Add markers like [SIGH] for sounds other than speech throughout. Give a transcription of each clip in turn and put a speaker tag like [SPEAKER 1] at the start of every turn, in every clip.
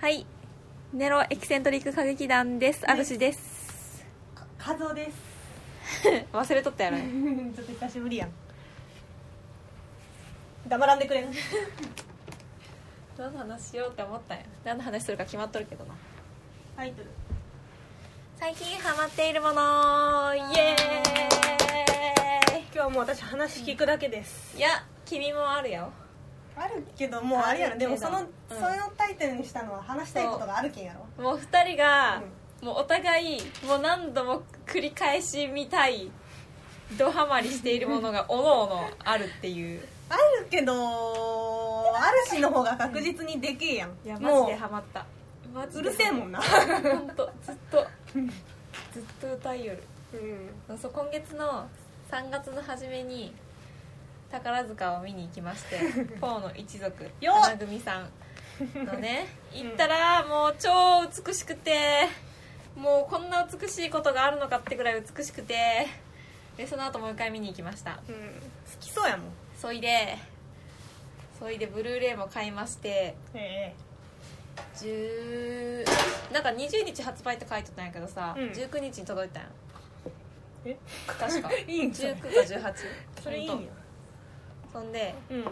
[SPEAKER 1] はいネロエキセントリック歌劇団ですあるしです
[SPEAKER 2] カズオです
[SPEAKER 1] [LAUGHS] 忘れと [LAUGHS] ったやろね
[SPEAKER 2] [LAUGHS] ちょっと久しぶりやん黙らんでくれん
[SPEAKER 1] 何の話しようって思ったんや何の話するか決まっとるけどな
[SPEAKER 2] タイトル
[SPEAKER 1] 最近ハマっているものイエー
[SPEAKER 2] 今日はもう私話聞くだけです、
[SPEAKER 1] イいや君もあるよ
[SPEAKER 2] あるけどもうあれやろ
[SPEAKER 1] ある
[SPEAKER 2] で
[SPEAKER 1] けど
[SPEAKER 2] も
[SPEAKER 1] う
[SPEAKER 2] その、
[SPEAKER 1] ん
[SPEAKER 2] そのタイトルにしたのは話したいことがあるけんやろ
[SPEAKER 1] もう2人が、もうお互いもう何度も繰り返し見たいドハマりしているもの [LAUGHS] がおのおのあるっていう
[SPEAKER 2] あるけどあるしの方が確実にでけえやん、
[SPEAKER 1] いやマジ
[SPEAKER 2] も
[SPEAKER 1] でハマったマジ
[SPEAKER 2] うう
[SPEAKER 1] で
[SPEAKER 2] るせえもんな、
[SPEAKER 1] ほんとずっと [LAUGHS] ずっと歌いよるそう今月の3月の初めに宝塚を見に行きま
[SPEAKER 2] [LAUGHS]
[SPEAKER 1] してフォーの一族
[SPEAKER 2] よっ
[SPEAKER 1] 花組さんのね行ったらもう超美しくてもうこんな美しいことがあるのかってぐらい美しくてでその後もう一回見に行きました
[SPEAKER 2] うん、好きそうやもん
[SPEAKER 1] そいでそいでブルーレイも買いまして
[SPEAKER 2] え
[SPEAKER 1] 10なんか20日発売って書いてたんやけどさ、
[SPEAKER 2] うん
[SPEAKER 1] 19日に届いたんや
[SPEAKER 2] え
[SPEAKER 1] 確か
[SPEAKER 2] いいんじゃ
[SPEAKER 1] 19
[SPEAKER 2] ん
[SPEAKER 1] か18
[SPEAKER 2] それいいん
[SPEAKER 1] ほ
[SPEAKER 2] や
[SPEAKER 1] んとそんで
[SPEAKER 2] うん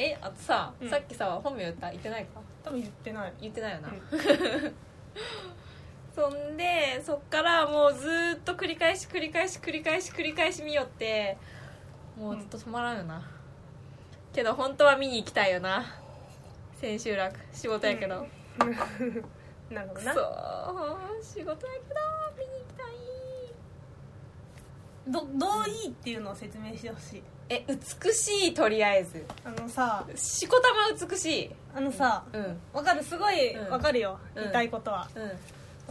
[SPEAKER 1] えあとさ、
[SPEAKER 2] うん
[SPEAKER 1] さっきさ本名言った言ってないか
[SPEAKER 2] 多分言ってない
[SPEAKER 1] 言ってないよな、
[SPEAKER 2] うん
[SPEAKER 1] [LAUGHS] そんでそっからもうずーっと繰り返し繰り返し繰り返し繰り返し見よってもうずっと止まらんよな、けど本当は見に行きたいよな千秋楽仕事やけど、
[SPEAKER 2] なるほ
[SPEAKER 1] く
[SPEAKER 2] ど
[SPEAKER 1] そ
[SPEAKER 2] な
[SPEAKER 1] ー仕事やけど見に行きたい
[SPEAKER 2] どどういいっていうのを説明してほしい
[SPEAKER 1] え美しいとりあえず
[SPEAKER 2] あのさ
[SPEAKER 1] しこたま美しい
[SPEAKER 2] あのさ
[SPEAKER 1] うん
[SPEAKER 2] わかるすごい
[SPEAKER 1] うん
[SPEAKER 2] わかるよ、
[SPEAKER 1] うん
[SPEAKER 2] 言いたいことは
[SPEAKER 1] うん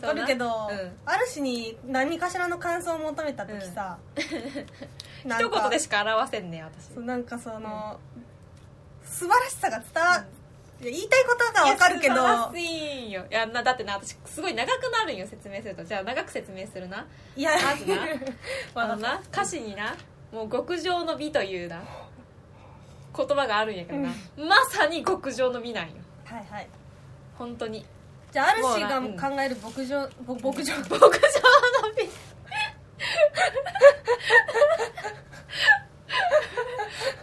[SPEAKER 2] わかるけど、
[SPEAKER 1] うん
[SPEAKER 2] ある種に何かしらの感想を求めた時さ、なん
[SPEAKER 1] 一
[SPEAKER 2] か
[SPEAKER 1] 言でしか表せんね私
[SPEAKER 2] そうなんかその、素晴らしさが伝わ、いや言いたいことがわかるけど
[SPEAKER 1] いや素晴らしいんよいやなだってな私すごい長くなるんよ説明するとじゃあ長く説明するない
[SPEAKER 2] や
[SPEAKER 1] まずなあ
[SPEAKER 2] わか
[SPEAKER 1] の
[SPEAKER 2] った
[SPEAKER 1] な歌詞になもう極上の美というな言葉があるんやけどな、まさに極上の美なんよ
[SPEAKER 2] はいはい
[SPEAKER 1] 本当に
[SPEAKER 2] じゃあある
[SPEAKER 1] もう
[SPEAKER 2] 種
[SPEAKER 1] な
[SPEAKER 2] が
[SPEAKER 1] うん
[SPEAKER 2] 考える牧場、ぼ牧場
[SPEAKER 1] 牧場の美 [LAUGHS]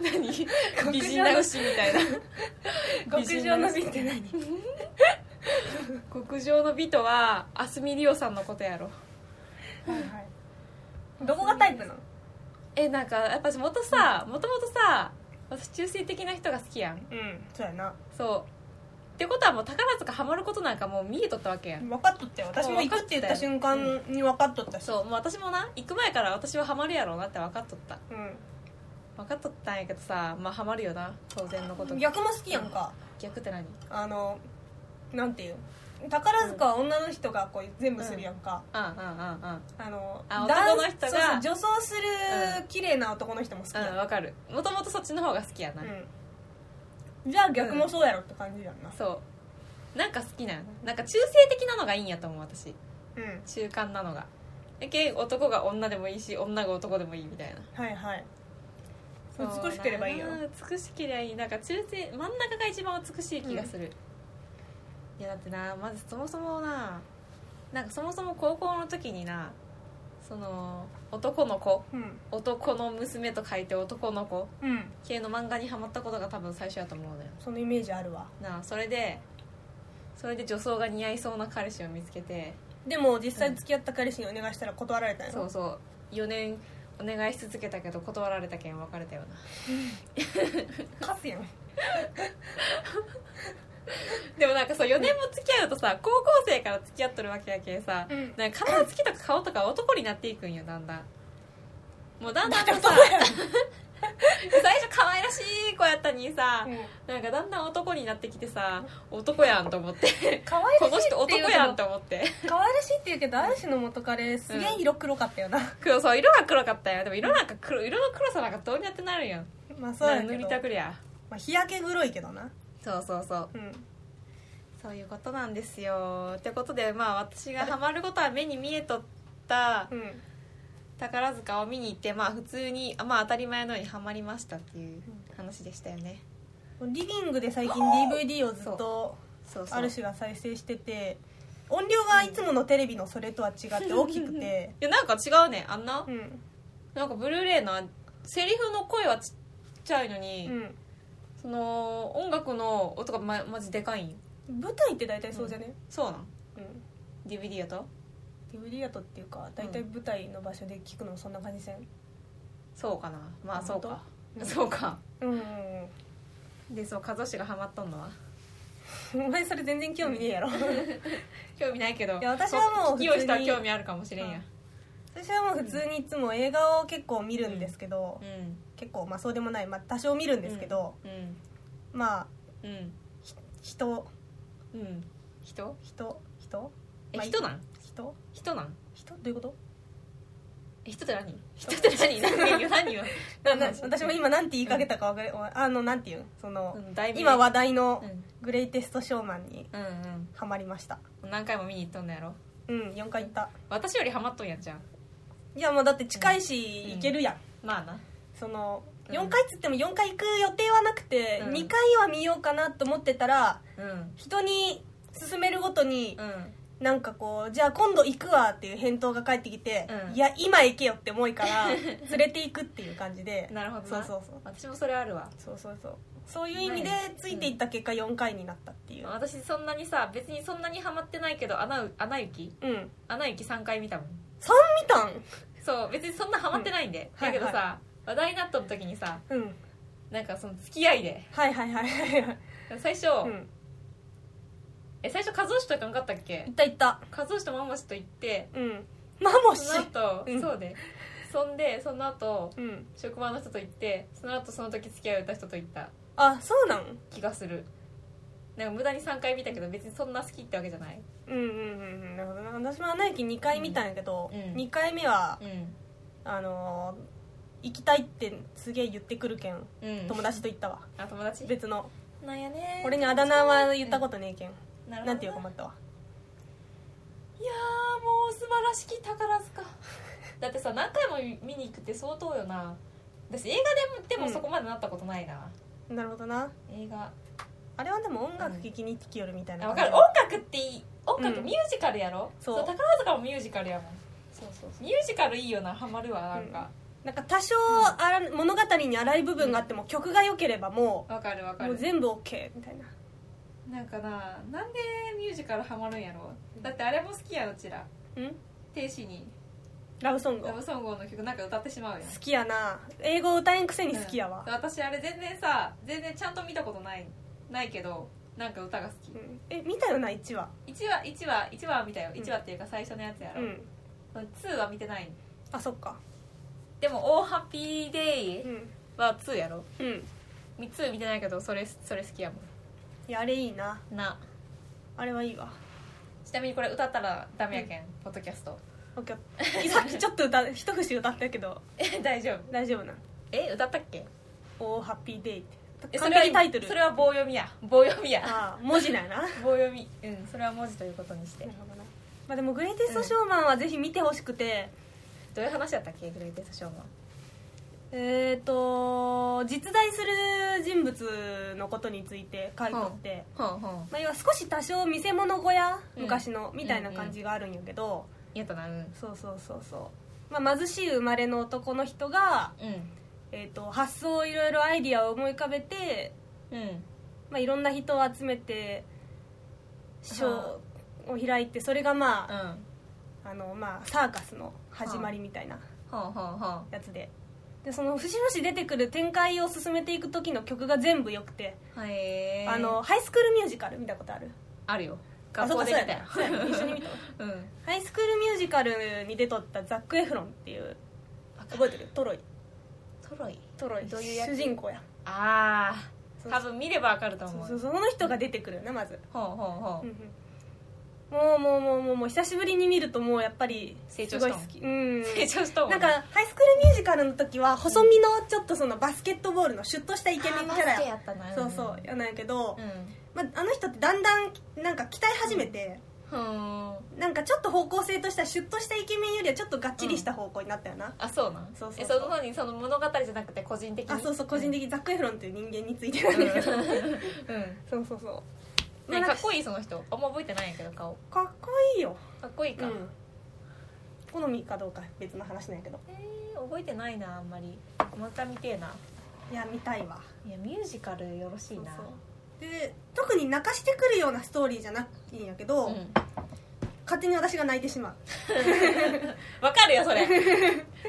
[SPEAKER 1] 何美人流しみたいな
[SPEAKER 2] [LAUGHS] 牧場の美って何
[SPEAKER 1] 極上の美とはあすみりおさんのことやろ
[SPEAKER 2] [LAUGHS] どこがタイプなの
[SPEAKER 1] えなんかやっぱもとさもともとさ私中性的な人が好きやん
[SPEAKER 2] うんそうやな
[SPEAKER 1] そうってことはもう宝塚ハマることなんかもう見えとったわけやん
[SPEAKER 2] 分かっとったよ私も行くって言った瞬間に分かっとったし
[SPEAKER 1] そうもう私もな行く前から私はハマるやろうなって分かっとった
[SPEAKER 2] う
[SPEAKER 1] 分かっとったんやけどさまあハマるよな当然のこと
[SPEAKER 2] ん逆も好きやんか
[SPEAKER 1] 逆って何
[SPEAKER 2] あのなんていう宝塚は女の人がこう全部するやんか、
[SPEAKER 1] うんうんうん
[SPEAKER 2] あの
[SPEAKER 1] あ
[SPEAKER 2] ダン
[SPEAKER 1] 男の人が
[SPEAKER 2] そうそう女装する
[SPEAKER 1] うん
[SPEAKER 2] 綺麗な男の人も好き
[SPEAKER 1] うんうん
[SPEAKER 2] や
[SPEAKER 1] 分かるもともとそっちの方が好きやな、
[SPEAKER 2] ん、うん、じゃあ逆もそうやろって感じやんな
[SPEAKER 1] そうなんか好きなんよなんか中性的なのがいいんやと思う私
[SPEAKER 2] うん
[SPEAKER 1] 中間なのがやけん男が女でもいいし女が男でもいいみたいな
[SPEAKER 2] はいはい
[SPEAKER 1] そう
[SPEAKER 2] 美しければいいよ
[SPEAKER 1] うん美しければいいなんか中性真ん中が一番美しい気がする、いやだってなまずそもそもななんかそもそも高校の時になその男の子
[SPEAKER 2] うん
[SPEAKER 1] 男の娘と書いて男の子
[SPEAKER 2] うん
[SPEAKER 1] 系の漫画にハマったことが多分最初やと思うのよ
[SPEAKER 2] そのイメージあるわ
[SPEAKER 1] なあそれでそれで女装が似合いそうな彼氏を見つけて
[SPEAKER 2] でも実際付き合った彼氏にお願いしたら断られたんやろ [LAUGHS]
[SPEAKER 1] そうそう4年お願いし続けたけど断られたけん別れたよな
[SPEAKER 2] カスやん
[SPEAKER 1] でもなんかそう4年も付き合うとさ高校生から付き合っとるわけやけんさ、
[SPEAKER 2] うん
[SPEAKER 1] なんか体つきとか顔とか男になっていくんよだんだんもうだんだんとさ最初可愛らしい子やったのにさ、
[SPEAKER 2] [LAUGHS]
[SPEAKER 1] なんかだんだん男になってきてさ男やんと思って
[SPEAKER 2] 可愛
[SPEAKER 1] この
[SPEAKER 2] らしい
[SPEAKER 1] 人
[SPEAKER 2] って
[SPEAKER 1] 男
[SPEAKER 2] 言うけ
[SPEAKER 1] やん
[SPEAKER 2] ど
[SPEAKER 1] と思って
[SPEAKER 2] 可愛らしいって言うけどある種の元カレすげえ色黒かったよな、
[SPEAKER 1] 黒そう色が黒かったよでも色なんか黒色の黒さなんかどうにやってなるんやん
[SPEAKER 2] まあそうや
[SPEAKER 1] な
[SPEAKER 2] けど
[SPEAKER 1] 塗りたくりゃ
[SPEAKER 2] まあ、日焼け黒いけどな
[SPEAKER 1] そうそうそう
[SPEAKER 2] うん
[SPEAKER 1] そういうことなんですよってことでまあ私がハマることは目に見えとった
[SPEAKER 2] うん
[SPEAKER 1] 宝塚を見に行ってまあ普通にあまあ当たり前のようにハマりましたっていう話でしたよね
[SPEAKER 2] リビングで最近 DVD をずっと
[SPEAKER 1] そうそう
[SPEAKER 2] ある種が再生してて音量がいつものテレビのそれとは違って大きくて、
[SPEAKER 1] いやなんか違うねあんな、
[SPEAKER 2] うん
[SPEAKER 1] なんかブルーレイのあセリフの声はちっちゃいのに、
[SPEAKER 2] うん、
[SPEAKER 1] その音楽の音がまマジでかいんよ
[SPEAKER 2] 舞台って大体そうじゃね、
[SPEAKER 1] そうなん
[SPEAKER 2] うん
[SPEAKER 1] DVD やと
[SPEAKER 2] DVD だとっていうか大体舞台の場所で聞くのもそんな感じせん
[SPEAKER 1] そうかなまあそうか、
[SPEAKER 2] 本当うん
[SPEAKER 1] そうか
[SPEAKER 2] うん、
[SPEAKER 1] でそう和義がハマっとんのは
[SPEAKER 2] [LAUGHS] お前それ全然興味ねえやろ
[SPEAKER 1] 興味ないけど
[SPEAKER 2] いや私はもう
[SPEAKER 1] 聞きよした
[SPEAKER 2] 普
[SPEAKER 1] ら
[SPEAKER 2] 通に
[SPEAKER 1] 興味あるかもしれんや
[SPEAKER 2] [LAUGHS] 私はもう普通にいつも映画を結構見るんですけど、
[SPEAKER 1] うん
[SPEAKER 2] 結構まあそうでもない、まあ、多少見るんですけど、
[SPEAKER 1] うん
[SPEAKER 2] まあ
[SPEAKER 1] うん
[SPEAKER 2] 人
[SPEAKER 1] うん人
[SPEAKER 2] 人人
[SPEAKER 1] え
[SPEAKER 2] まあ
[SPEAKER 1] 人なん
[SPEAKER 2] 人
[SPEAKER 1] 人なん
[SPEAKER 2] 人どういうこと
[SPEAKER 1] え人って何人って何何よ [LAUGHS] 何よ何
[SPEAKER 2] な
[SPEAKER 1] の話
[SPEAKER 2] 私も今なんて言いかけたか分かる、あのなんて言うその、
[SPEAKER 1] うんだいぶ
[SPEAKER 2] 今話題の
[SPEAKER 1] うん
[SPEAKER 2] 「グレイテストショーマン」に
[SPEAKER 1] うん
[SPEAKER 2] ハマりました
[SPEAKER 1] うん何回も見に行っとんのやろ
[SPEAKER 2] うん4回行った
[SPEAKER 1] 私よりハマっとんやんじゃん
[SPEAKER 2] いやもうだって近いし、
[SPEAKER 1] うん
[SPEAKER 2] 行けるやん
[SPEAKER 1] まあな
[SPEAKER 2] その
[SPEAKER 1] うん
[SPEAKER 2] 4回っつっても4回行く予定はなくて、
[SPEAKER 1] うん
[SPEAKER 2] 2回は見ようかなと思ってたら
[SPEAKER 1] うん
[SPEAKER 2] 人に勧めるごとに、
[SPEAKER 1] うん
[SPEAKER 2] なんかこうじゃあ今度行くわっていう返答が返ってきて、
[SPEAKER 1] うん
[SPEAKER 2] いや今行けよって思いから
[SPEAKER 1] [LAUGHS]
[SPEAKER 2] 連れて行くっていう感じで
[SPEAKER 1] なるほど
[SPEAKER 2] そう
[SPEAKER 1] な
[SPEAKER 2] そうそう
[SPEAKER 1] 私もそれあるわ
[SPEAKER 2] そうそうそうそういう意味でついていった結果4回になったっていう
[SPEAKER 1] 私そんなにさ別にそんなにハマってないけど「アナウアナ雪」
[SPEAKER 2] うん3
[SPEAKER 1] 「アナ雪」3回見たもん
[SPEAKER 2] 見たん
[SPEAKER 1] そう別にそんなハマってないんで、
[SPEAKER 2] うんはい
[SPEAKER 1] だけどさ、話題になっとった時にさ
[SPEAKER 2] うん
[SPEAKER 1] なんかその付き合いで
[SPEAKER 2] はいはいはいはいはい
[SPEAKER 1] 最初、
[SPEAKER 2] うん
[SPEAKER 1] え最初和義とかなかったっけ
[SPEAKER 2] 行った行った
[SPEAKER 1] 和義とマモシと行って
[SPEAKER 2] うんマモシ
[SPEAKER 1] その後、
[SPEAKER 2] うん
[SPEAKER 1] そうでそんでその後
[SPEAKER 2] うん
[SPEAKER 1] 職場の人と行ってその後その時付き合いをた人と行った
[SPEAKER 2] あそうなん
[SPEAKER 1] 気がするなんか無駄に3回見たけど別にそんな好きってわけじゃない
[SPEAKER 2] うんうんうんうんなるほどな私も「アナ雪」2回見たんやけど、
[SPEAKER 1] うんうん
[SPEAKER 2] 2回目は
[SPEAKER 1] うん
[SPEAKER 2] あのー行きたいってすげえ言ってくるけん
[SPEAKER 1] うん
[SPEAKER 2] 友達と行ったわ
[SPEAKER 1] あ友達
[SPEAKER 2] 別の
[SPEAKER 1] なんやね
[SPEAKER 2] 俺にあだ名は言ったことねえけん
[SPEAKER 1] な
[SPEAKER 2] なんていうか困ったわ
[SPEAKER 1] いやーもう素晴らしき宝塚 [LAUGHS] だってさ何回も見に行くって相当よな私映画でもでも
[SPEAKER 2] うん
[SPEAKER 1] そこまでなったことないな、
[SPEAKER 2] なるほどな
[SPEAKER 1] 映画
[SPEAKER 2] あれはでも音楽聴きに行ってきよるみたいな
[SPEAKER 1] あ分かる音楽っていい音楽
[SPEAKER 2] うん
[SPEAKER 1] ミュージカルやろ、
[SPEAKER 2] そう
[SPEAKER 1] 宝塚もミュージカルやもん
[SPEAKER 2] そうそうそう
[SPEAKER 1] ミュージカルいいよなハマるわなんか、
[SPEAKER 2] なんか多少あら物語に荒い部分があっても曲が良ければも
[SPEAKER 1] わ分かる分
[SPEAKER 2] う
[SPEAKER 1] か
[SPEAKER 2] もう
[SPEAKER 1] る
[SPEAKER 2] 全部 OK みたいな
[SPEAKER 1] なんかななんでミュージカルハマるんやろだってあれも好きやうちら
[SPEAKER 2] うん
[SPEAKER 1] 天使に
[SPEAKER 2] ラブソング
[SPEAKER 1] ラ
[SPEAKER 2] 好
[SPEAKER 1] ブソングの曲なんか歌ってしまうやん
[SPEAKER 2] きやな英語歌えんくせに好きやわ
[SPEAKER 1] うん、私あれ全然さ全然ちゃんと見たことないないけどなんか歌が好き
[SPEAKER 2] うんえ見たよな1話
[SPEAKER 1] 1話1話1話は見たよ
[SPEAKER 2] うん
[SPEAKER 1] 1話っていうか最初のやつや
[SPEAKER 2] う
[SPEAKER 1] ろ、
[SPEAKER 2] ん
[SPEAKER 1] 2は見てない
[SPEAKER 2] あそっか
[SPEAKER 1] でも「オーハッピーデ
[SPEAKER 2] う
[SPEAKER 1] イ
[SPEAKER 2] ん」
[SPEAKER 1] は2やろ
[SPEAKER 2] うん
[SPEAKER 1] 2見てないけどそれそれ好きやも
[SPEAKER 2] いやあれいいなん
[SPEAKER 1] な
[SPEAKER 2] あれはいいわ
[SPEAKER 1] ちなみにこれ歌ったらダメやけん、ポッドキャスト [LAUGHS]
[SPEAKER 2] オッケー [LAUGHS] さっきちょっと歌一節歌ったけど
[SPEAKER 1] え大丈夫
[SPEAKER 2] 大丈夫な
[SPEAKER 1] え歌ったっけ
[SPEAKER 2] 「おーハッピーデイ」って
[SPEAKER 1] え
[SPEAKER 2] 完璧タイトル
[SPEAKER 1] それは棒読みや棒読みや
[SPEAKER 2] ああ文字だよななる
[SPEAKER 1] 棒読みうんそれは文字ということにして
[SPEAKER 2] ほどなまあでも「グレイテスト・ショーマン」はぜひ見てほしくて、
[SPEAKER 1] どういう話やったっけグレイテストショーマン
[SPEAKER 2] えっ、と実在する人物のことについて書いてって、
[SPEAKER 1] ほんほん
[SPEAKER 2] まあ、要は少し多少見せ物小屋
[SPEAKER 1] うん
[SPEAKER 2] 昔の、みたいな感じがあるんやけど、
[SPEAKER 1] やったなうん
[SPEAKER 2] そうそうそうそう、まあ、貧しい生まれの男の人が、
[SPEAKER 1] うん
[SPEAKER 2] えー、と発想いろいろアイディアを思い浮かべて、
[SPEAKER 1] うん
[SPEAKER 2] まあ、いろんな人を集めてショ
[SPEAKER 1] は
[SPEAKER 2] ーを開いてそれがま
[SPEAKER 1] う
[SPEAKER 2] あ,、
[SPEAKER 1] ん
[SPEAKER 2] あのまあサーカスの始まりみたいな
[SPEAKER 1] ほんほんほん
[SPEAKER 2] やつで。でその節々出てくる展開を進めていく時の曲が全部良くて、
[SPEAKER 1] はい
[SPEAKER 2] あのハイスクールミュージカル見たことある
[SPEAKER 1] あるよ
[SPEAKER 2] あ
[SPEAKER 1] 学校で見たよ
[SPEAKER 2] そうかそうやね
[SPEAKER 1] [LAUGHS]
[SPEAKER 2] そうやね一緒に [LAUGHS] 見たわ
[SPEAKER 1] うん
[SPEAKER 2] ハイスクールミュージカルに出とったザック・エフロンっていう覚えてるトロイ
[SPEAKER 1] トロイ
[SPEAKER 2] トロイ
[SPEAKER 1] どういうやつ
[SPEAKER 2] 主人公や
[SPEAKER 1] ああ
[SPEAKER 2] そう
[SPEAKER 1] 多分見ればわかると
[SPEAKER 2] そう
[SPEAKER 1] 思う
[SPEAKER 2] そうその人が出てくるよなまず、
[SPEAKER 1] ほうほうほ
[SPEAKER 2] う
[SPEAKER 1] [LAUGHS] うん
[SPEAKER 2] うんもうもうもうもうもう久しぶりに見るともうやっぱり
[SPEAKER 1] 成長
[SPEAKER 2] すご
[SPEAKER 1] した
[SPEAKER 2] い好
[SPEAKER 1] もん
[SPEAKER 2] きうん
[SPEAKER 1] 成長したもん
[SPEAKER 2] なんかハイスクールミュージカルの時は細身のちょっとそのバスケットボールのシュッとしたイ
[SPEAKER 1] イ
[SPEAKER 2] ケメンキャラやそうそうやなんやけ
[SPEAKER 1] う
[SPEAKER 2] ど、まあ、あの人ってだんだんなんか鍛え始めて、
[SPEAKER 1] んうん
[SPEAKER 2] なんかちょっと方向性としてはシュッとしたイケメンよりはちょっとがっちりした方向になったよな、
[SPEAKER 1] あそうなん
[SPEAKER 2] そうそうそう
[SPEAKER 1] えその方にその物語じゃなくて個人的に
[SPEAKER 2] あそうそう個人
[SPEAKER 1] 的
[SPEAKER 2] 的にザック・エフロンという人間についてなんだけど、
[SPEAKER 1] うん
[SPEAKER 2] そうそうそう
[SPEAKER 1] [LAUGHS] ね
[SPEAKER 2] まあ
[SPEAKER 1] かっこいいその人あんま覚えてないんやけど顔
[SPEAKER 2] かっこいいよ、
[SPEAKER 1] かっこいいか、
[SPEAKER 2] うん好みかどうか別の話なんやけど
[SPEAKER 1] えー覚えてないなあんまりまた見てえない
[SPEAKER 2] や見たいわ
[SPEAKER 1] いやミュージカルよろしいな
[SPEAKER 2] そうそうで特に泣かしてくるようなストーリーじゃないんやけど、
[SPEAKER 1] うん
[SPEAKER 2] 勝手に私が泣いてしまう
[SPEAKER 1] わかるよそ
[SPEAKER 2] [LAUGHS]
[SPEAKER 1] れ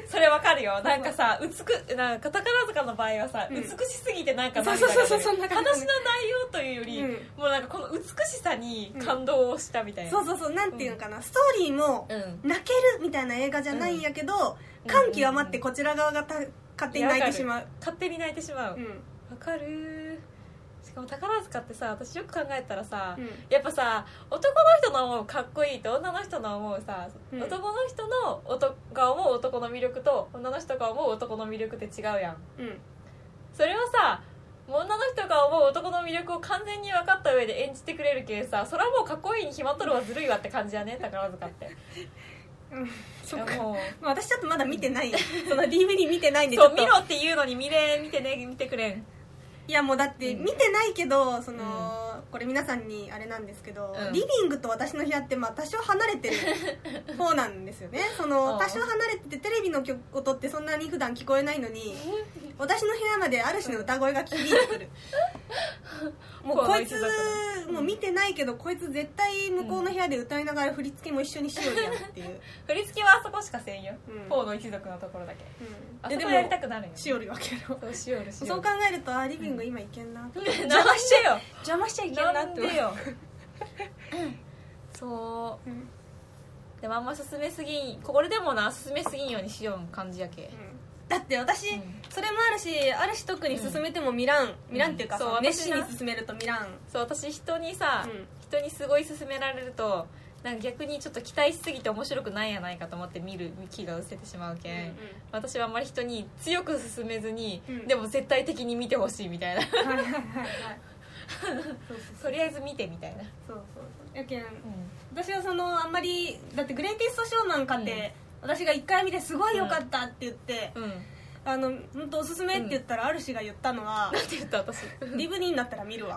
[SPEAKER 1] それわかるよなんかさ美くなんか宝塚の場合はさ、
[SPEAKER 2] うん
[SPEAKER 1] 美しすぎてなんか涙
[SPEAKER 2] そう
[SPEAKER 1] が
[SPEAKER 2] そう
[SPEAKER 1] 出
[SPEAKER 2] そう
[SPEAKER 1] る
[SPEAKER 2] そんな感
[SPEAKER 1] 話
[SPEAKER 2] じ
[SPEAKER 1] の内容というより、
[SPEAKER 2] うん
[SPEAKER 1] もうなんかこの美しさに感動をしたみたいな、
[SPEAKER 2] そうそうそうなんていうのかな、ストーリーも
[SPEAKER 1] うん
[SPEAKER 2] 泣けるみたいな映画じゃないんやけど、
[SPEAKER 1] うん
[SPEAKER 2] 歓喜は待ってこちら側がた勝手に泣いてしまう
[SPEAKER 1] 勝手に泣いてしまうわ
[SPEAKER 2] う、ん
[SPEAKER 1] かるしかも宝塚ってさ私よく考えたらさ、
[SPEAKER 2] うん
[SPEAKER 1] やっぱさ男の人の思うかっこいいと女の人の思うさ、
[SPEAKER 2] うん
[SPEAKER 1] 男の人の男が思う男の魅力と女の人が思う男の魅力って違うやん
[SPEAKER 2] うん
[SPEAKER 1] それをさもう女の人が思う男の魅力を完全に分かった上で演じてくれるけさそれはもうかっこいいに決まっとるわずるいわって感じやね宝塚って
[SPEAKER 2] うん [LAUGHS] そっ
[SPEAKER 1] いや
[SPEAKER 2] か
[SPEAKER 1] もう
[SPEAKER 2] まあ私ちょっとまだ見てないその DVD 見てないんでち
[SPEAKER 1] そ
[SPEAKER 2] ょ
[SPEAKER 1] う
[SPEAKER 2] っ
[SPEAKER 1] 見
[SPEAKER 2] と
[SPEAKER 1] ろって言うのに見れ見てね見てくれん
[SPEAKER 2] いやもうだって
[SPEAKER 1] うん
[SPEAKER 2] 見てないけどその、これ皆さんにあれなんですけど、
[SPEAKER 1] うん
[SPEAKER 2] リビングと私の部屋ってまあ多少離
[SPEAKER 1] [LAUGHS]
[SPEAKER 2] れてる方なんですよねその
[SPEAKER 1] ああ
[SPEAKER 2] 多少離れててテレビの曲音ってそんなに普段聞こえない
[SPEAKER 1] [LAUGHS]
[SPEAKER 2] のに私の部屋まである種の歌声が聞き入ってくるもうこいつ
[SPEAKER 1] この一族の
[SPEAKER 2] もう見てないけどこいつ絶対向こうの部屋で歌いながら振り付けも一緒にしようやっていう、
[SPEAKER 1] 振り付けはあそこしかせんよ、
[SPEAKER 2] うん
[SPEAKER 1] ポーの一族のところだけあ
[SPEAKER 2] うん、
[SPEAKER 1] そ
[SPEAKER 2] で
[SPEAKER 1] こやりた
[SPEAKER 2] で
[SPEAKER 1] くなるよ
[SPEAKER 2] もしよるわけやろ
[SPEAKER 1] そうしよるしよる
[SPEAKER 2] そう考えるとあリビング今いけんな、
[SPEAKER 1] 邪魔しちゃよ
[SPEAKER 2] 邪魔しちゃいけんな
[SPEAKER 1] な
[SPEAKER 2] っ
[SPEAKER 1] ん
[SPEAKER 2] て
[SPEAKER 1] でよそ
[SPEAKER 2] うん
[SPEAKER 1] うでもあんま進めすぎんここれでもな進めすぎんようにしようん感じやけ、
[SPEAKER 2] だって私、
[SPEAKER 1] うん
[SPEAKER 2] それもあるしあるし特に進めても見らん、見らんっていうか、
[SPEAKER 1] そう
[SPEAKER 2] その熱
[SPEAKER 1] 私
[SPEAKER 2] 心
[SPEAKER 1] な
[SPEAKER 2] に進めると見らん
[SPEAKER 1] そう私人にさ、
[SPEAKER 2] うん
[SPEAKER 1] 人にすごい勧められるとなんか逆にちょっと期待しすぎて面白くないんやないかと思って見る気が失せてしまうけん、私はあんまり人に強く勧めずに、
[SPEAKER 2] うん
[SPEAKER 1] でも絶対的に見てほしいみたいな
[SPEAKER 2] はいはいはいはいそう
[SPEAKER 1] とりあえず見てみたいな、
[SPEAKER 2] そうそうそうやけん私はそのあんまりだって「グレイテストショーマン」買って、私が1回見てすごい良かったって言って、
[SPEAKER 1] うん、
[SPEAKER 2] あの本当おすすめって言ったら、あるしが言ったのは
[SPEAKER 1] なんて言った私
[SPEAKER 2] 「ディブニーになったら見るわ」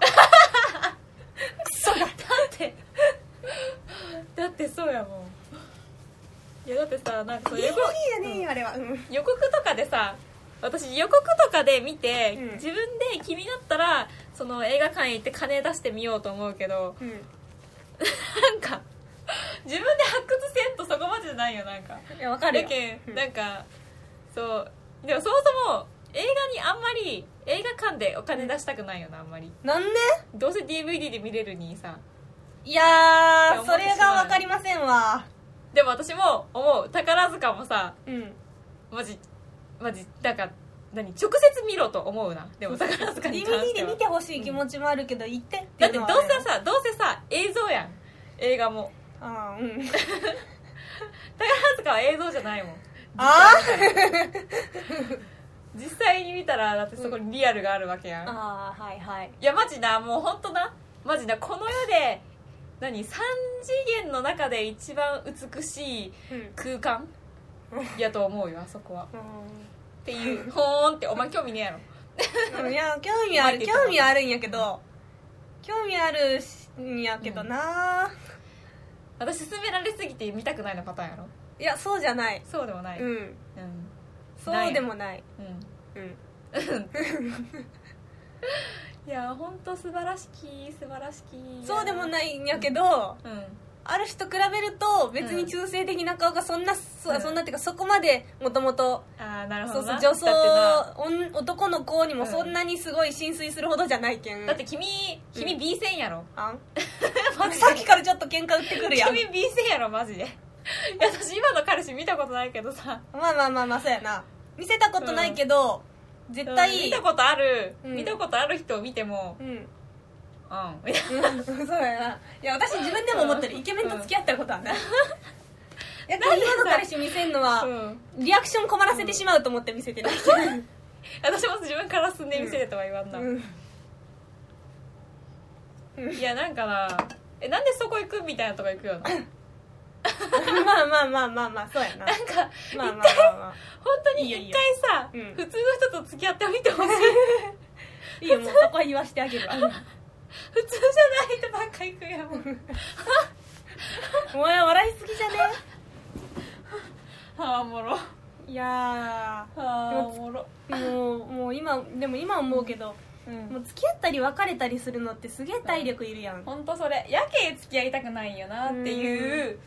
[SPEAKER 1] そうだってだってそうやもんいやだってさなんか
[SPEAKER 2] 「
[SPEAKER 1] そ
[SPEAKER 2] デ
[SPEAKER 1] う予
[SPEAKER 2] ィブニー
[SPEAKER 1] 告
[SPEAKER 2] じゃねえよあれは」うん
[SPEAKER 1] 予告とかでさ私予告とかで見て、
[SPEAKER 2] うん
[SPEAKER 1] 自分で気になったらその映画館へ行って金出してみようと思うけど
[SPEAKER 2] うん
[SPEAKER 1] なんか自分で発掘せんとそこまでじゃないよなんか
[SPEAKER 2] いやわか
[SPEAKER 1] だ
[SPEAKER 2] るよ
[SPEAKER 1] け
[SPEAKER 2] うんん
[SPEAKER 1] なんかそうでもそもそも映画にあんまり映画館でお金出したくないよなあんまり
[SPEAKER 2] なんで
[SPEAKER 1] どうせ DVD で見れるにさ
[SPEAKER 2] いや
[SPEAKER 1] って思
[SPEAKER 2] ー
[SPEAKER 1] っ
[SPEAKER 2] そ
[SPEAKER 1] てしまう
[SPEAKER 2] れがわかりませんわ
[SPEAKER 1] でも私も思う宝塚もさ
[SPEAKER 2] うん
[SPEAKER 1] マジマジなんか何直接見ろと思うなでも宝塚に関して
[SPEAKER 2] DVD で
[SPEAKER 1] は
[SPEAKER 2] 見てほしい気持ちもあるけど、行ってっ
[SPEAKER 1] だっててど
[SPEAKER 2] い
[SPEAKER 1] う
[SPEAKER 2] のはあれ
[SPEAKER 1] せさどうせさ映像やん映画も
[SPEAKER 2] あーうん
[SPEAKER 1] 宝塚は映像じゃないもん
[SPEAKER 2] あ
[SPEAKER 1] 実際に見たらだってそこにリアルがあるわけやん、い
[SPEAKER 2] あーはいはい
[SPEAKER 1] やマジなもう本当なマジなこの世で何3次元の中で一番美しい
[SPEAKER 2] うん、
[SPEAKER 1] 空間やと思うよあそこはって [LAUGHS] いうほーんってお前興味ねえやろ
[SPEAKER 2] うん、いや興味ある興味あるんやけど興味あるんやけどな、
[SPEAKER 1] 私勧められすぎて見たくないのパターンやろ
[SPEAKER 2] いやそうじゃない
[SPEAKER 1] そうでもない、
[SPEAKER 2] うん
[SPEAKER 1] うん
[SPEAKER 2] そうでもない
[SPEAKER 1] うん
[SPEAKER 2] うん
[SPEAKER 1] いや本当素晴らしき素晴らしき
[SPEAKER 2] そうでも
[SPEAKER 1] い
[SPEAKER 2] ないんやけど、
[SPEAKER 1] うん
[SPEAKER 2] ある人比べると別に中性的な顔がそんな、そ
[SPEAKER 1] うん
[SPEAKER 2] そんなっていうかそこまでもともと
[SPEAKER 1] ああなるほど
[SPEAKER 2] そうそう
[SPEAKER 1] な
[SPEAKER 2] 女装
[SPEAKER 1] だってな
[SPEAKER 2] 女男の子にもそんなにすごい浸水するほどじゃないけん、
[SPEAKER 1] だって君君 B 線やろ、 [LAUGHS]
[SPEAKER 2] あんさっきからちょっと喧嘩売ってくるやん
[SPEAKER 1] 君 B 線やろマジでいや私今の彼氏見たことないけどさ
[SPEAKER 2] まあまあまあまあそうやな見せたことないけど、絶対
[SPEAKER 1] うん見たことある、
[SPEAKER 2] うん
[SPEAKER 1] 見たことある人を見ても
[SPEAKER 2] うん、うん、
[SPEAKER 1] うんいや
[SPEAKER 2] [LAUGHS] そうやないや私自分でも思ってるイケメンと付き合ったことは [LAUGHS] ない、いや
[SPEAKER 1] なんでさ
[SPEAKER 2] 今の彼氏見せんのは、
[SPEAKER 1] うん
[SPEAKER 2] リアクション困らせてしまうと思って見せてない、
[SPEAKER 1] 私も自分から進んで見せてとは言わんな、
[SPEAKER 2] [LAUGHS] うん
[SPEAKER 1] いやなんかなえなんでそこ行くみたいなとこ行くよななんか
[SPEAKER 2] まあまあまあまあまあそう
[SPEAKER 1] [LAUGHS]
[SPEAKER 2] やなまあまあまあ、まあ、
[SPEAKER 1] 本当に
[SPEAKER 2] いいよいい
[SPEAKER 1] 一
[SPEAKER 2] よ
[SPEAKER 1] 回さ
[SPEAKER 2] うん [LAUGHS]
[SPEAKER 1] 普通の人と付き合ってみてほしい
[SPEAKER 2] いいよもうそこは言わしてあげるわ
[SPEAKER 1] 普通じゃないとばっか行くやも
[SPEAKER 2] [LAUGHS]
[SPEAKER 1] ん
[SPEAKER 2] お前笑いすぎじゃね
[SPEAKER 1] あーおもろ
[SPEAKER 2] いや
[SPEAKER 1] あーおもろ
[SPEAKER 2] ーもうもう今でも今思うけど、
[SPEAKER 1] う
[SPEAKER 2] も
[SPEAKER 1] ん
[SPEAKER 2] う付き合ったり別れたりするのってすげえ体力いるやん、
[SPEAKER 1] 本当それやけ付き合いたくないよなっていう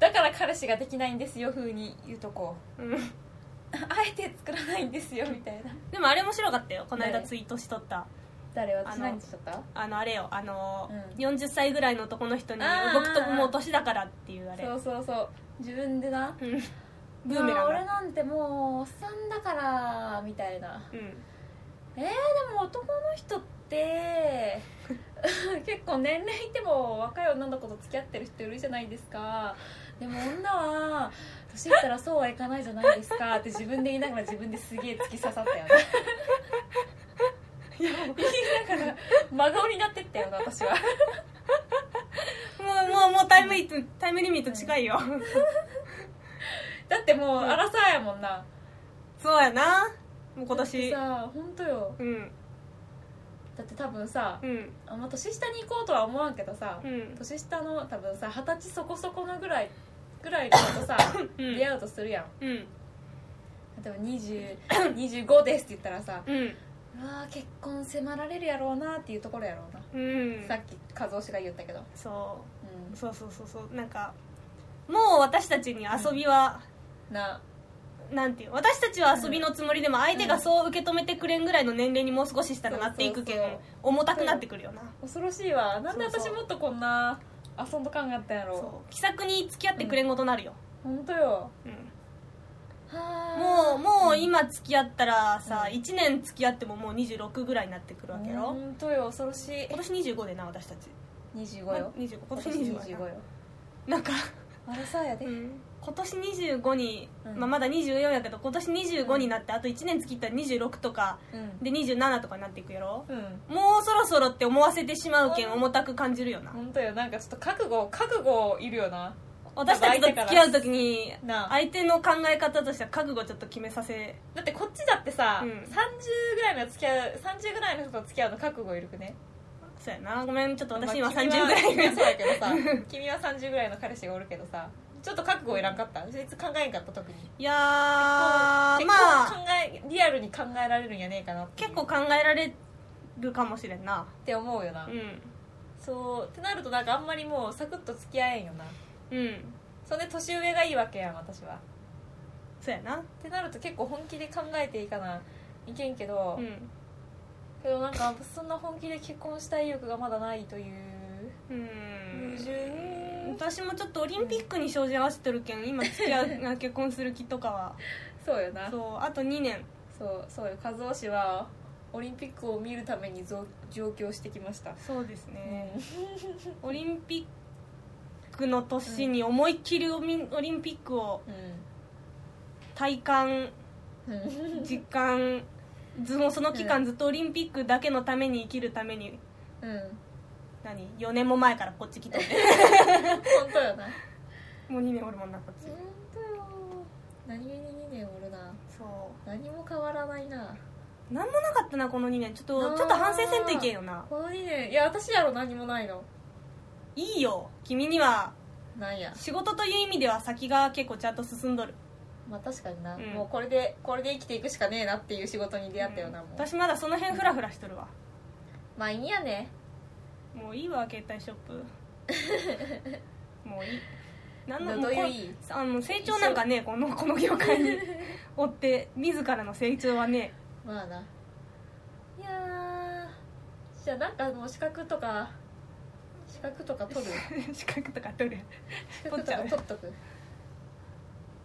[SPEAKER 1] だから彼氏ができないんですよ風に言うとこ [LAUGHS] う
[SPEAKER 2] うん
[SPEAKER 1] あえて作らないんですよみたいな
[SPEAKER 2] でもあれ面白かったよこの間
[SPEAKER 1] ね
[SPEAKER 2] ツイートしとった
[SPEAKER 1] 誰
[SPEAKER 2] あ
[SPEAKER 1] 私
[SPEAKER 2] の
[SPEAKER 1] 何しとった
[SPEAKER 2] あのあれよあの、
[SPEAKER 1] うん
[SPEAKER 2] 40歳ぐらいの男の人に
[SPEAKER 1] あー
[SPEAKER 2] 僕ともう年だからっていうあれ
[SPEAKER 1] そうそうそう自分でな
[SPEAKER 2] うんブーメ
[SPEAKER 1] ま
[SPEAKER 2] ラン
[SPEAKER 1] あ俺
[SPEAKER 2] だ
[SPEAKER 1] なんてもうおっさんだからみたいな
[SPEAKER 2] うん
[SPEAKER 1] えー、でも男の人って [LAUGHS] 結構年齢いても若い女の子と付き合ってる人いるじゃないですかでも女は年いったらそうはいかないじゃないですかって自分で言いながら自分ですげえ突き刺さったよね [LAUGHS] 言いながら真顔になってったよな私は [LAUGHS]
[SPEAKER 2] もうもうもうタイムリミットタイムリミット近いよ
[SPEAKER 1] だってもう荒さやもんな
[SPEAKER 2] そうやなもう今
[SPEAKER 1] だって
[SPEAKER 2] 年
[SPEAKER 1] さ本当よ
[SPEAKER 2] うん
[SPEAKER 1] だって多分さ
[SPEAKER 2] うん
[SPEAKER 1] あんま年下に行こうとは思わんけどさ、
[SPEAKER 2] うん
[SPEAKER 1] 年下の多分さ二十歳そこそこのぐらいぐらいの子とさ
[SPEAKER 2] うん
[SPEAKER 1] 出会うとするやん
[SPEAKER 2] うん
[SPEAKER 1] 例えば20 25ですって言ったらさ
[SPEAKER 2] うん
[SPEAKER 1] 「うわー結婚迫られるやろうな」っていうところやろうな、
[SPEAKER 2] うん
[SPEAKER 1] さっき和夫氏が言ったけど、
[SPEAKER 2] そううそうそうそうそうなんかもう私たちに遊びは、
[SPEAKER 1] ん、な
[SPEAKER 2] なんていう私たちは遊びのつもりでも相手がそう受け止めてくれんぐらいの年齢にもう少ししたらなっていくけど
[SPEAKER 1] そうそう
[SPEAKER 2] 重たくなってくるよな
[SPEAKER 1] 恐ろしいわなんで
[SPEAKER 2] そう
[SPEAKER 1] 私
[SPEAKER 2] そう
[SPEAKER 1] もっとこんな遊んどかんかったんやろ
[SPEAKER 2] そう気さくに付き合ってくれんことなるよ、
[SPEAKER 1] 本当よ
[SPEAKER 2] うんも
[SPEAKER 1] は
[SPEAKER 2] うもう今付き合ったらさ、
[SPEAKER 1] うん
[SPEAKER 2] 1年付き合ってももう26ぐらいになってくるわけよ、
[SPEAKER 1] 本当よ恐ろしい
[SPEAKER 2] 今年25でな私たち
[SPEAKER 1] 25
[SPEAKER 2] ま
[SPEAKER 1] よ
[SPEAKER 2] 25今年25や
[SPEAKER 1] 25
[SPEAKER 2] な
[SPEAKER 1] よ
[SPEAKER 2] なんか、
[SPEAKER 1] あれさやで、
[SPEAKER 2] 今年25に、
[SPEAKER 1] うん
[SPEAKER 2] まあ、まだ24やけど今年25になってあと1年付き合ったら26とか
[SPEAKER 1] うん
[SPEAKER 2] で27とかになっていくやろ
[SPEAKER 1] うん
[SPEAKER 2] もうそろそろって思わせてしまうけ
[SPEAKER 1] うんん
[SPEAKER 2] 重たく感じるよな
[SPEAKER 1] 本当よなんかちょっと覚悟覚悟いるよな
[SPEAKER 2] 私たちと付き合う時に
[SPEAKER 1] なあ
[SPEAKER 2] 相手の考え方としては覚悟ちょっと決めさせ
[SPEAKER 1] だってこっちだってさ、
[SPEAKER 2] うん
[SPEAKER 1] 30ぐらいの付き合う30ぐらいの人と付き合うの覚悟いるくね
[SPEAKER 2] そうやなごめんちょっと私今
[SPEAKER 1] まあ
[SPEAKER 2] 30ぐらい
[SPEAKER 1] [LAUGHS] 君は
[SPEAKER 2] で
[SPEAKER 1] そうやけど
[SPEAKER 2] [LAUGHS]
[SPEAKER 1] さ君は30ぐらいの彼氏がおるけどさちょっと覚悟いらんかった別に考えんかった特に
[SPEAKER 2] いやー
[SPEAKER 1] 結構
[SPEAKER 2] まあ
[SPEAKER 1] 考えリアルに考えられるんやねえかなっていう
[SPEAKER 2] 結構考えられるかもしれんな
[SPEAKER 1] って思うよな、
[SPEAKER 2] う
[SPEAKER 1] そうってなるとなんかあんまりもうサクッと付き合えんよなん
[SPEAKER 2] うん
[SPEAKER 1] そんで年上がいいわけやん私は
[SPEAKER 2] そうやな
[SPEAKER 1] ってなると結構本気で考えていかないけんけど、
[SPEAKER 2] うん
[SPEAKER 1] けどなんかそんな本気で結婚したい意欲がまだないという
[SPEAKER 2] うん
[SPEAKER 1] 矛盾
[SPEAKER 2] 私もちょっとオリンピックに照準合わせてるけん今付き合
[SPEAKER 1] [LAUGHS]
[SPEAKER 2] う結婚する気とかは
[SPEAKER 1] そうよな
[SPEAKER 2] そうあと2年
[SPEAKER 1] そうそうよ和夫氏はオリンピックを見るためにぞ上京してきました
[SPEAKER 2] そうです
[SPEAKER 1] う
[SPEAKER 2] ねオリンピックの年に思いっきりオミオリンピックを
[SPEAKER 1] ん
[SPEAKER 2] 体感
[SPEAKER 1] うん
[SPEAKER 2] 実感ずもうその期間ずっとオリンピックだけのために生きるために
[SPEAKER 1] うん
[SPEAKER 2] 何4年も前からこっち来て
[SPEAKER 1] 本当よな
[SPEAKER 2] もう2年おるもんなこっち
[SPEAKER 1] 本当よ何気に2年おるな
[SPEAKER 2] そ
[SPEAKER 1] 何も変わらないな
[SPEAKER 2] う何もなかったなこの2年ちょっ
[SPEAKER 1] な
[SPEAKER 2] と
[SPEAKER 1] あ
[SPEAKER 2] ちょっと反省せんといけんよな
[SPEAKER 1] この2年いや私やろ何もないの
[SPEAKER 2] いいよ君には
[SPEAKER 1] なんや
[SPEAKER 2] 仕事という意味では先が結構ちゃんと進んどる
[SPEAKER 1] まあ確かにな、
[SPEAKER 2] うん
[SPEAKER 1] もうこれでこれで生きていくしかねえなっていう仕事に出会ったよな、
[SPEAKER 2] うん
[SPEAKER 1] もう
[SPEAKER 2] 私まだその辺フラフラしとるわ
[SPEAKER 1] まあいいやね
[SPEAKER 2] もういいわ携帯ショ
[SPEAKER 1] [LAUGHS]
[SPEAKER 2] ップもういい何
[SPEAKER 1] ど
[SPEAKER 2] も
[SPEAKER 1] ど
[SPEAKER 2] う
[SPEAKER 1] うい
[SPEAKER 2] こ
[SPEAKER 1] う
[SPEAKER 2] れ
[SPEAKER 1] いい
[SPEAKER 2] あの成長なんかねこの [LAUGHS] この業界に追って自らの成長はね [LAUGHS]
[SPEAKER 1] まあないやーじゃあなんかもう資格とか資格とか取る
[SPEAKER 2] 資格とか取る
[SPEAKER 1] 資格と [LAUGHS] か取っとく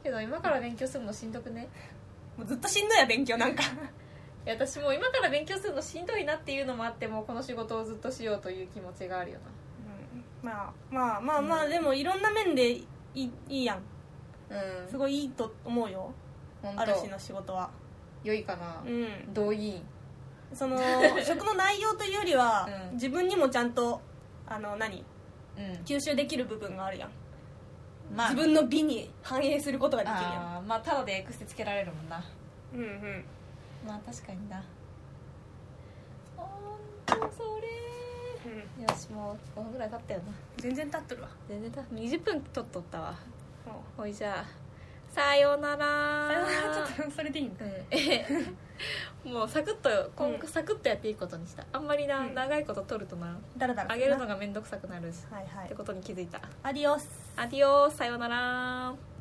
[SPEAKER 1] けど今から勉強するのしんどくね
[SPEAKER 2] もうずっとしんどいや勉強なんか
[SPEAKER 1] いや私もう今から勉強するのしんどいなっていうのもあってもうこの仕事をずっとしようという気持ちがあるよ
[SPEAKER 2] うんまあまあまあまあ、
[SPEAKER 1] うん
[SPEAKER 2] でもいろんな面でいいいいやん
[SPEAKER 1] なうん
[SPEAKER 2] すごいいいと思うよ
[SPEAKER 1] 本
[SPEAKER 2] ある種
[SPEAKER 1] 当
[SPEAKER 2] の仕事は
[SPEAKER 1] 良いかな
[SPEAKER 2] う、ん
[SPEAKER 1] 同意員
[SPEAKER 2] その職の内容というよりは、
[SPEAKER 1] うん
[SPEAKER 2] 自分にもちゃんとあの何
[SPEAKER 1] うん
[SPEAKER 2] 吸収できる部分があるやん、
[SPEAKER 1] まあ
[SPEAKER 2] 自分の美に反映することができるやん
[SPEAKER 1] あーまあただで癖つけられるもんな
[SPEAKER 2] うんうん
[SPEAKER 1] まあ確かになほんとそれ
[SPEAKER 2] うん
[SPEAKER 1] よしもう5分ぐらい経ったよな
[SPEAKER 2] 全然立っとるわ
[SPEAKER 1] 全然た20分取っとったわ
[SPEAKER 2] も
[SPEAKER 1] ほいじゃあさようなら
[SPEAKER 2] うさよならちょっとそれでいいんだ
[SPEAKER 1] うんええもうサクッと今後
[SPEAKER 2] うん
[SPEAKER 1] サクッとやっていいことにしたあんまりな、
[SPEAKER 2] うん
[SPEAKER 1] 長いこと取るとな
[SPEAKER 2] だらだら
[SPEAKER 1] あげるのがめんどくさくなるし、
[SPEAKER 2] はいは
[SPEAKER 1] って
[SPEAKER 2] い
[SPEAKER 1] ことに気づいた
[SPEAKER 2] アディオス
[SPEAKER 1] アディオスさようなら